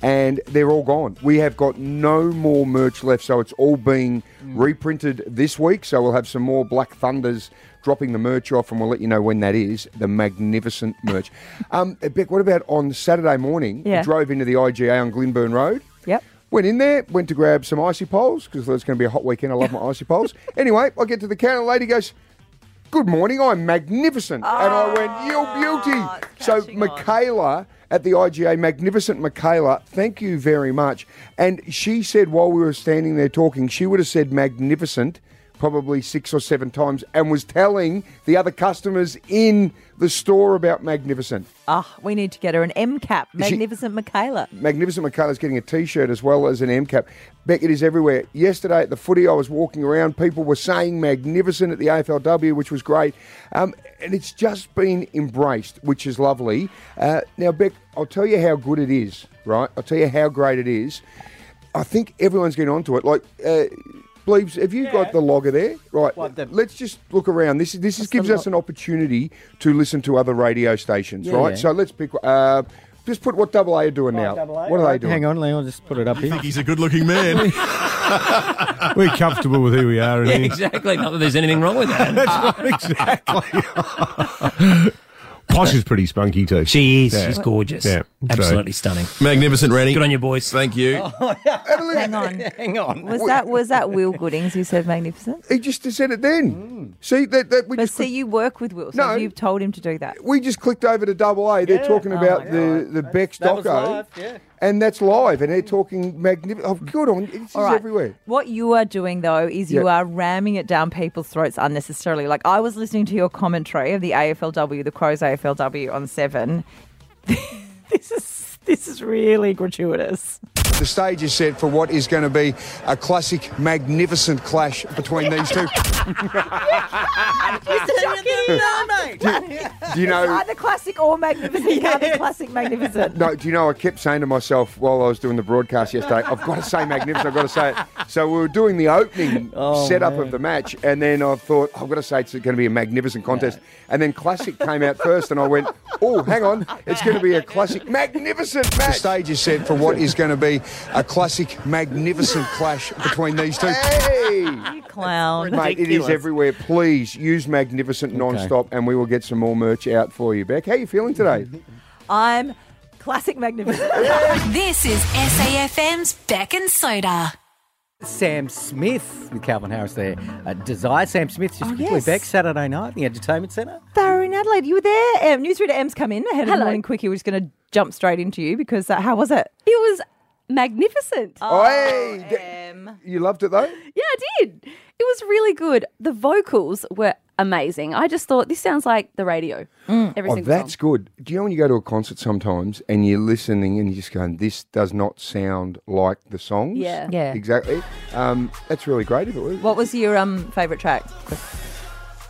C: and they're all gone. We have got no more merch left, so it's all being
B: Mm.
C: reprinted this week. So we'll have some more Black Thunders dropping the merch off, and we'll let you know when that is. The magnificent
B: (laughs)
C: merch. um, Beck, what about on Saturday morning?
B: Yeah.
C: We drove into the IGA on Glenburn Road.
B: Yep.
C: Went in there, went to grab some icy poles because it's going to be a hot weekend. I love my icy poles. Anyway, I get to the counter, the lady goes, Good morning, I'm magnificent. And I went, You beauty. So, Michaela at the IGA, magnificent Michaela, thank you very much. And she said, while we were standing there talking, she would have said magnificent probably six or seven times and was telling the other customers in the store about magnificent.
B: Ah, we need to get her an M cap.
C: She-
B: Magnificent Michaela.
C: Magnificent Michaela's getting a T-shirt as well as an M cap. Beck, it is everywhere. Yesterday at the footy, I was walking around. People were saying magnificent at the AFLW, which was great. Um, and it's just been embraced, which is lovely. Uh, now, Beck, I'll tell you how good it is, right? I'll tell you how great it is. I think everyone's getting onto it. Like, uh, Bleeps, have you got the logger there? Right. Let's just look around. This is, this is, gives us an opportunity to listen to other radio stations,
F: Yeah,
C: right?
F: yeah.
C: So let's pick. Uh, just put what double A are doing now. What are they doing?
F: Hang on, Leon. Just put it up here.
D: He's a good-looking man. (laughs) We're comfortable with who we are.
L: Yeah,
D: and
L: exactly. Not that there's anything wrong with that.
D: That's right, exactly. Posh is pretty spunky too.
L: She is.
D: Yeah.
L: She's gorgeous.
D: Yeah.
L: Absolutely stunning.
D: Magnificent, Rennie.
L: Good on you, boys.
D: Thank you.
L: Oh.
B: Hang on. Hang on. Was that was that Will Goodings who said magnificent?
C: He just said it then. See that, that we
B: but
C: just
B: see, you work with Will, so
C: No.
B: you've told him to do that.
C: we just clicked over to double A. They're
B: Yeah.
C: talking
B: Oh
C: about
B: my
C: the the Beck's
B: that was
C: doco,
B: live, yeah.
C: and that's live, and they're talking magnificent. Oh, good on it's
B: All right.
C: everywhere.
B: What you are doing though is you
C: Yeah.
B: are ramming it down people's throats unnecessarily. Like I was listening to your commentary of the AFLW, the Crows AFLW on Seven. (laughs) this is this is really gratuitous.
C: The stage is set for what is going to be a classic, magnificent clash between these two. do you know-
B: It's either classic or magnificent? Either classic, magnificent.
C: No, do you know? I kept saying to myself while I was doing the broadcast yesterday, I've got to say magnificent. I've got to say it. So we were doing the (laughs) opening
D: Oh,
C: setup
D: man.
C: of the match, and then I thought I've got to say it's going to be a magnificent contest. And then classic came out first, and I went, "Oh, hang on, it's going to be a classic, magnificent match." The stage is set for what is going to be a classic, magnificent clash between these two. Hey,
B: clown!
C: Mate, it is everywhere. Please use magnificent non-stop, and we will get some more merch out for you. Beck, how you feeling today?
B: I'm classic magnificent.
A: (laughs) This is SAFM's Beck and Soda.
F: Sam Smith with Calvin Harris there. Uh, Desire Sam Smith just quickly
B: yes.
F: back Saturday night in the Entertainment Centre.
B: They're in Adelaide. You were there. Um, Newsreader M's come in ahead of the
S: Hello.
B: morning quickie. We're just going to jump straight into you because uh, how was it?
S: It was magnificent.
C: Oh, hey, d- you loved it though.
S: Yeah, I did. It was really good. The vocals were amazing. I just thought this sounds like the radio. Every
C: oh,
S: single
C: that's good. Do you know when you go to a concert sometimes and you're listening and you're just going, "This does not sound like the songs."
B: Yeah. Yeah.
C: exactly. Um, that's really great. If it was.
B: What was your um favourite track? Was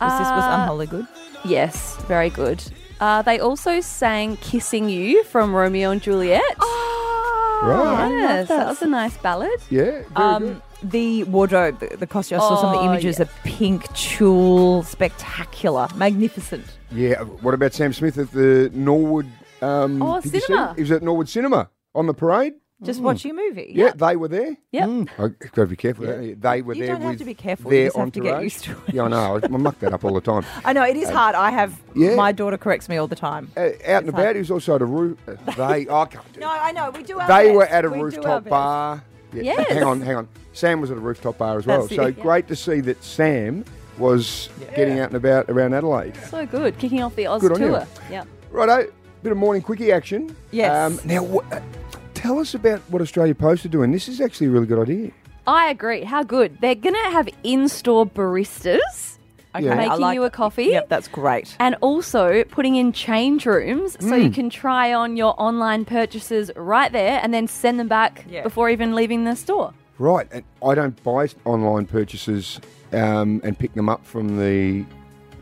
B: this was
S: Uh,
B: unholy good?
S: song. Yes, very good. Uh, they also sang "Kissing You" from Romeo and Juliet.
C: Oh, Right.
S: yes,
B: that.
S: that was a nice ballad.
C: Yeah.
S: Um,
B: The wardrobe, the, the costume. I saw some of the
S: Oh,
B: images. A pink tulle, spectacular, magnificent.
C: Yeah. What about Sam Smith at the Norwood? Um,
B: Oh,
C: did you see
B: cinema.
C: it? He was at Norwood Cinema on the parade.
B: Just watching a movie.
C: Mm. Yeah, they were there.
S: Yep.
B: Mm.
C: I got to be careful. don't you? They were
B: You
C: there
B: don't have
C: with
B: to be careful, you
C: their
B: just have to get
C: entourage.
B: used to
C: Yeah, I know. I I muck that up all the
B: (laughs)
C: time.
B: I know it is
C: Uh,
B: hard. I have.
C: yeah.
B: My daughter corrects me all the time.
C: Uh, out and about, he was also at a
B: (laughs)
C: roof. uh, They, oh, I can't
B: No, I know we do. Our
C: They
B: best.
C: were at a
B: We do our
C: rooftop
B: best.
C: bar. Yeah.
B: Yes.
C: Hang on, hang on. Sam was at a rooftop bar as well.
S: That's it.
C: so
S: Yeah.
C: great to see that Sam was getting out and about around Adelaide.
S: so good. Kicking off the Oz
C: Good on you.
S: tour. Yep.
C: Righto, bit of morning quickie action.
S: Yes.
C: now, wh- uh, tell us about what Australia Post are doing. This is actually a really good idea.
S: I agree. How good. They're going to have in store baristas
C: Okay, Yeah. I
S: making
C: like
S: you a coffee. Yep,
B: that's great.
S: And also putting in change rooms so you
C: Hmm.
B: Mm.
S: can try on your online purchases right there and then send them back before even leaving the store.
C: Right, and I don't buy online purchases um, and pick them up from the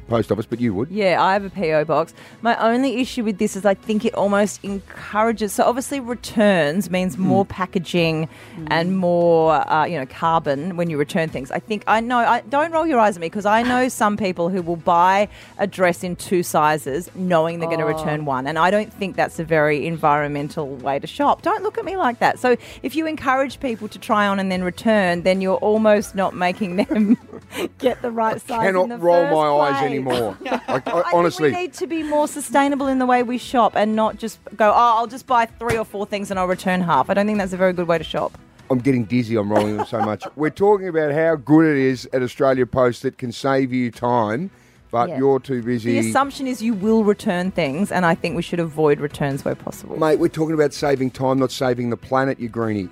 C: post office, but you would.
B: Yeah, I have a PO box. My only issue with this is I think it almost encourages. So obviously, returns means more packaging and more, uh, you know, carbon when you return things. I think I know. I don't roll your eyes at me because I know some people who will buy a dress in two sizes, knowing they're going
I: Oh.
B: to return one, and I don't think that's a very environmental way to shop. Don't look at me like that. So if you encourage people to try on and then return, then you're almost not making them (laughs) get the right size. in the
C: Cannot roll
B: first
C: my eyes
B: place.
C: anymore.
B: (laughs)
C: Like, I-
B: I
C: honestly,
B: think we need to be more sustainable in the way we shop and not just go, oh, I'll just buy three or four things and I'll return half. I don't think that's a very good way to shop.
C: I'm getting dizzy. I'm rolling them so much. We're talking about how good it is at Australia Post that can save you time, but
B: Yeah.
C: you're too busy.
B: The assumption is you will return things, and I think we should avoid returns where possible.
C: Mate, we're talking about saving time, not saving the planet, you greenie.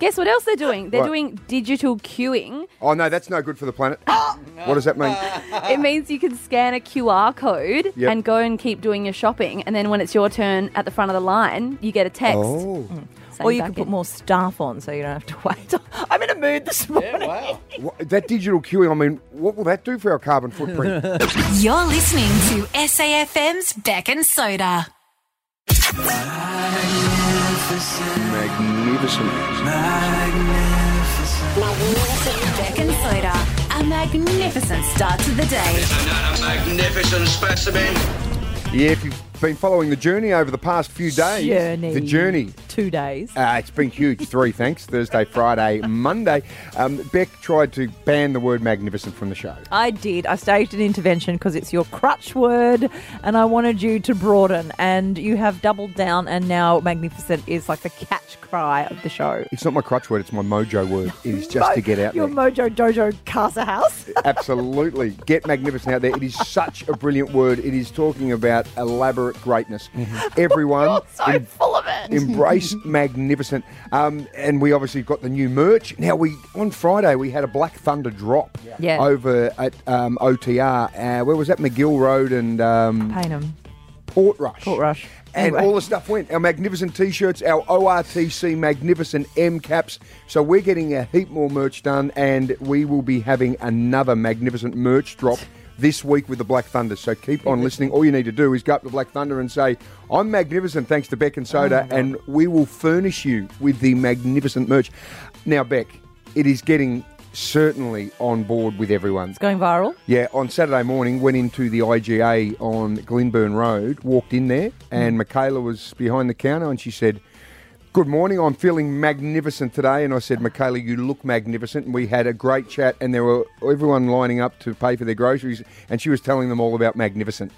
S: Guess what else they're doing? They're
C: What?
S: doing digital queuing.
C: Oh, no, that's no good for the
B: (gasps)
C: planet. what does that mean?
S: it means you can scan a QR code
C: Yep.
S: and go and keep doing your shopping. And then when it's your turn at the front of the line, you get a text.
C: Oh.
S: saying
B: Or Mm, you
S: back
B: can put
S: in.
B: more staff on so you don't have to (laughs) wait. I'm in a mood this morning.
C: Wha- that digital queuing, I mean, what will that do for our carbon
B: (laughs)
C: footprint?
A: You're listening to SAFM's Beck and Soda.
C: Magnificent.
A: Beck and Soda, a magnificent start to the day.
K: Another magnificent specimen.
C: Yeah, if you've been following the journey over the past few days,
B: Journey.
C: the journey.
B: Two days.
C: Uh, it's been huge. Three, thanks. Thursday, Friday, Monday. Um, Beck tried to ban the word magnificent from the show.
I: I did. I staged an intervention because it's your crutch word, and I wanted you to broaden, and you have doubled down, and now magnificent is like the catch cry of the show.
C: It's not my crutch word, it's my mojo word. It is just to get out
I: Your
C: there.
I: Mojo Dojo Casa House.
C: Absolutely. Get magnificent out there. It is such a brilliant word. It is talking about elaborate greatness.
I: (laughs)
C: Everyone. so
I: Mm-hmm. full of it. (laughs)
C: Embrace magnificent. Um, and we obviously got the new merch. Now, we on Friday, we had a Black Thunder drop
I: Yeah.
C: over at um, OTR. Uh, where was that? McGill Road and. Um,
I: Paynham.
C: Port Rush.
I: Port Rush.
C: And all the stuff went. Our magnificent T-shirts, our ORTC magnificent M caps. So we're getting a heap more merch done, and we will be having another magnificent merch drop this week with the Black Thunder. So keep on listening. All you need to do is go up to Black Thunder and say, "I'm magnificent, thanks to Beck and
I: Oh,
C: Soda," and we will furnish you with the magnificent merch. Now, Beck, it is getting certainly on board with everyone.
I: Going viral.
C: Yeah, on Saturday morning, went into the IGA on Glenburn Road, walked in there,
I: Mm.
C: and Michaela was behind the counter and she said, Good morning, I'm feeling magnificent today. And I said, Michaela, you look magnificent. And we had a great chat, and there were everyone lining up to pay for their groceries, and she was telling them all about magnificent.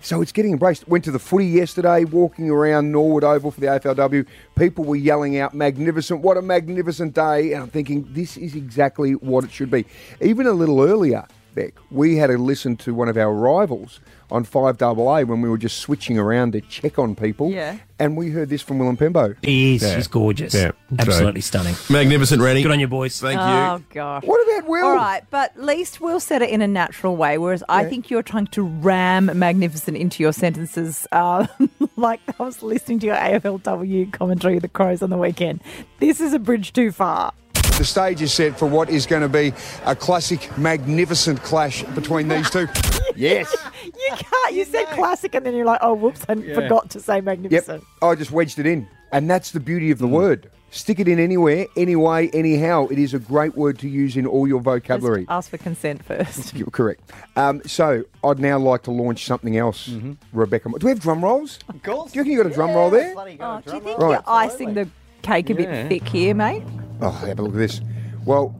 C: So it's getting embraced. Went to the footy yesterday, walking around Norwood Oval for the AFLW. People were yelling out, magnificent, what a magnificent day. And I'm thinking, this is exactly what it should be. Even a little earlier, Beck, we had to listen to one of our rivals on 5AA when we were just switching around to check on people.
T: Yeah.
C: And we heard this from Willem Pembo.
T: He is. He's gorgeous.
U: Yeah.
T: Absolutely
U: So-
T: stunning.
U: Magnificent, Rennie.
T: Good on you, boys. Thank
I: oh, gosh.
C: What about Will?
I: All right, but at least Will said it in a natural way, whereas I
B: Yeah.
I: think you're trying to ram magnificent into your sentences. Um, (laughs) like I was listening to your AFLW commentary, The Crows, on the weekend. This is a bridge too far.
C: The stage is set for what is going to be a classic, magnificent clash between these two. yes.
I: You
C: (laughs)
I: can't. You said classic, and then you're like, oh, whoops, I
C: Yeah.
I: forgot to say magnificent.
C: Yep. Mm. I just wedged it in. And that's the beauty of the word. Stick it in anywhere, anyway, anyhow. It is a great word to use in all your vocabulary.
I: Ask for consent
C: (laughs)
I: first.
C: You're correct. Um, so I'd now like to launch something else, Rebecca. Do we have drum rolls? Mm-hmm. Of course. Do you reckon you got a drum roll there?
I: Oh, do you think
C: roll.
I: you're icing the cake a bit
C: Yeah.
I: thick here, mate?
C: Oh, have a look at this. Well,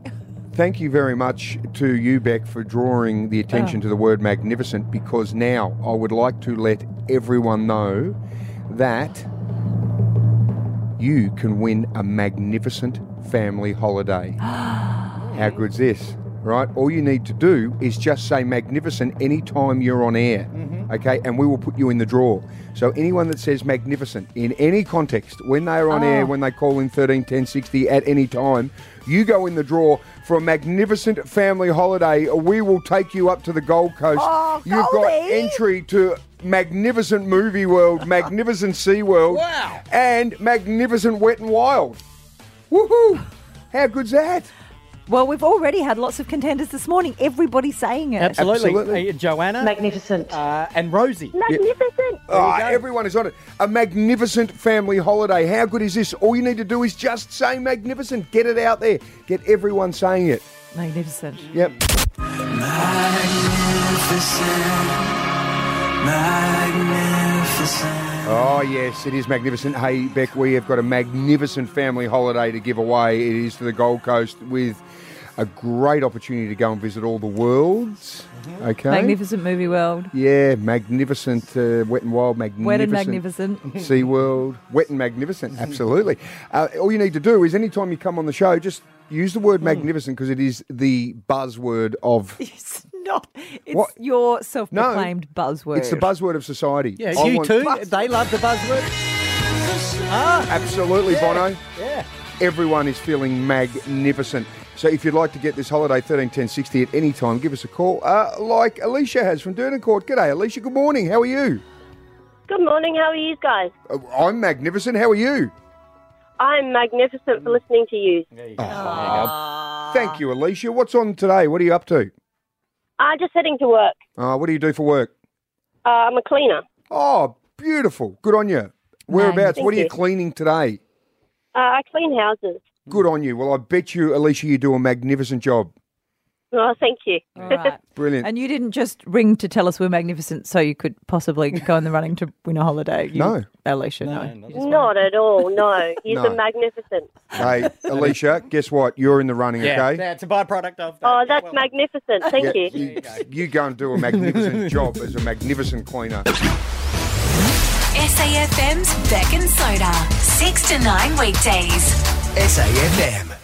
C: thank you very much to you, Beck, for drawing the attention
I: Oh.
C: to the word magnificent because now I would like to let everyone know that you can win a magnificent family holiday. How good's this? Right? All you need to do is just say magnificent anytime you're on air. okay? And we will put you in the draw. So anyone that says magnificent in any context, when they are on air, when they call in 13 10 60 at any time, you go in the draw for a magnificent family holiday. We will take you up to the Gold Coast. You've got entry to magnificent movie world, magnificent sea world, wow. and magnificent wet and wild. Woohoo! How good's that?
B: Well, we've already had lots of contenders this morning. Everybody's saying it.
G: Absolutely. Uh, Joanna.
V: Magnificent.
G: Uh, and Rosie.
C: Magnificent. Oh, everyone is on it. A magnificent family holiday. How good is this? All you need to do is just say magnificent. Get it out there. Get everyone saying it.
B: Magnificent.
C: Yep. Oh, yes, it is magnificent. Hey, Beck, we have got a magnificent family holiday to give away. It is to the Gold Coast with a great opportunity to go and visit all the worlds. Okay.
B: Mm-hmm. Magnificent movie world.
C: Yeah, magnificent, uh, wet and wild, magnificent.
B: Wet
C: (laughs)
B: and magnificent.
C: Sea World, wet and
B: (laughs)
C: magnificent, absolutely. Uh, all you need to do is anytime you come on the show, just use the
B: Mm.
C: word magnificent because it is the buzzword of.
B: (laughs) It's not. It's your self proclaimed buzzword.
C: It's the buzzword of society.
G: Yeah,
C: I
G: you
C: want-
G: too. They love the buzzword. Ah,
C: Absolutely,
G: Yeah,
C: Bono.
G: Yeah.
C: Everyone is feeling magnificent. So if you'd like to get this holiday 131060 at any time, give us a call, uh, like Alicia has from Dernacourt. G'day, Alicia. Good morning. How are you?
E: (laughs) Good morning. How are you guys?
C: Uh, I'm magnificent. How are you?
E: I'm magnificent for listening to you.
C: Ah, Thank you, Alicia. What's on today? What are you up to?
E: I'm just heading to work.
C: Uh, what do you do for work?
E: Uh, I'm a cleaner.
C: Oh, beautiful. Good on you. Whereabouts?
E: Thank
C: What are you
E: you.
C: cleaning today?
E: Uh, I clean houses.
C: Good on you. Well, I bet you, Alicia, you do a magnificent job.
E: Oh, thank you.
C: Brilliant.
B: And you didn't just ring to tell us we're magnificent so you could possibly go in the running to win a holiday. You-
C: No.
B: Alicia, no.
E: (laughs) Not at all.
C: (laughs)
E: No, you're
C: No.
E: magnificent. (laughs)
C: hey, Alicia, guess what? You're in the running,
G: Yeah.
C: okay?
G: yeah, it's a byproduct of that.
E: Oh, that's magnificent. Thank
C: Yeah,
E: you.
C: you, you go and do
E: (laughs)
C: a magnificent job as a magnificent cleaner.
A: SAFM's Beck and Soda. Six to nine weekdays.
W: SAFM.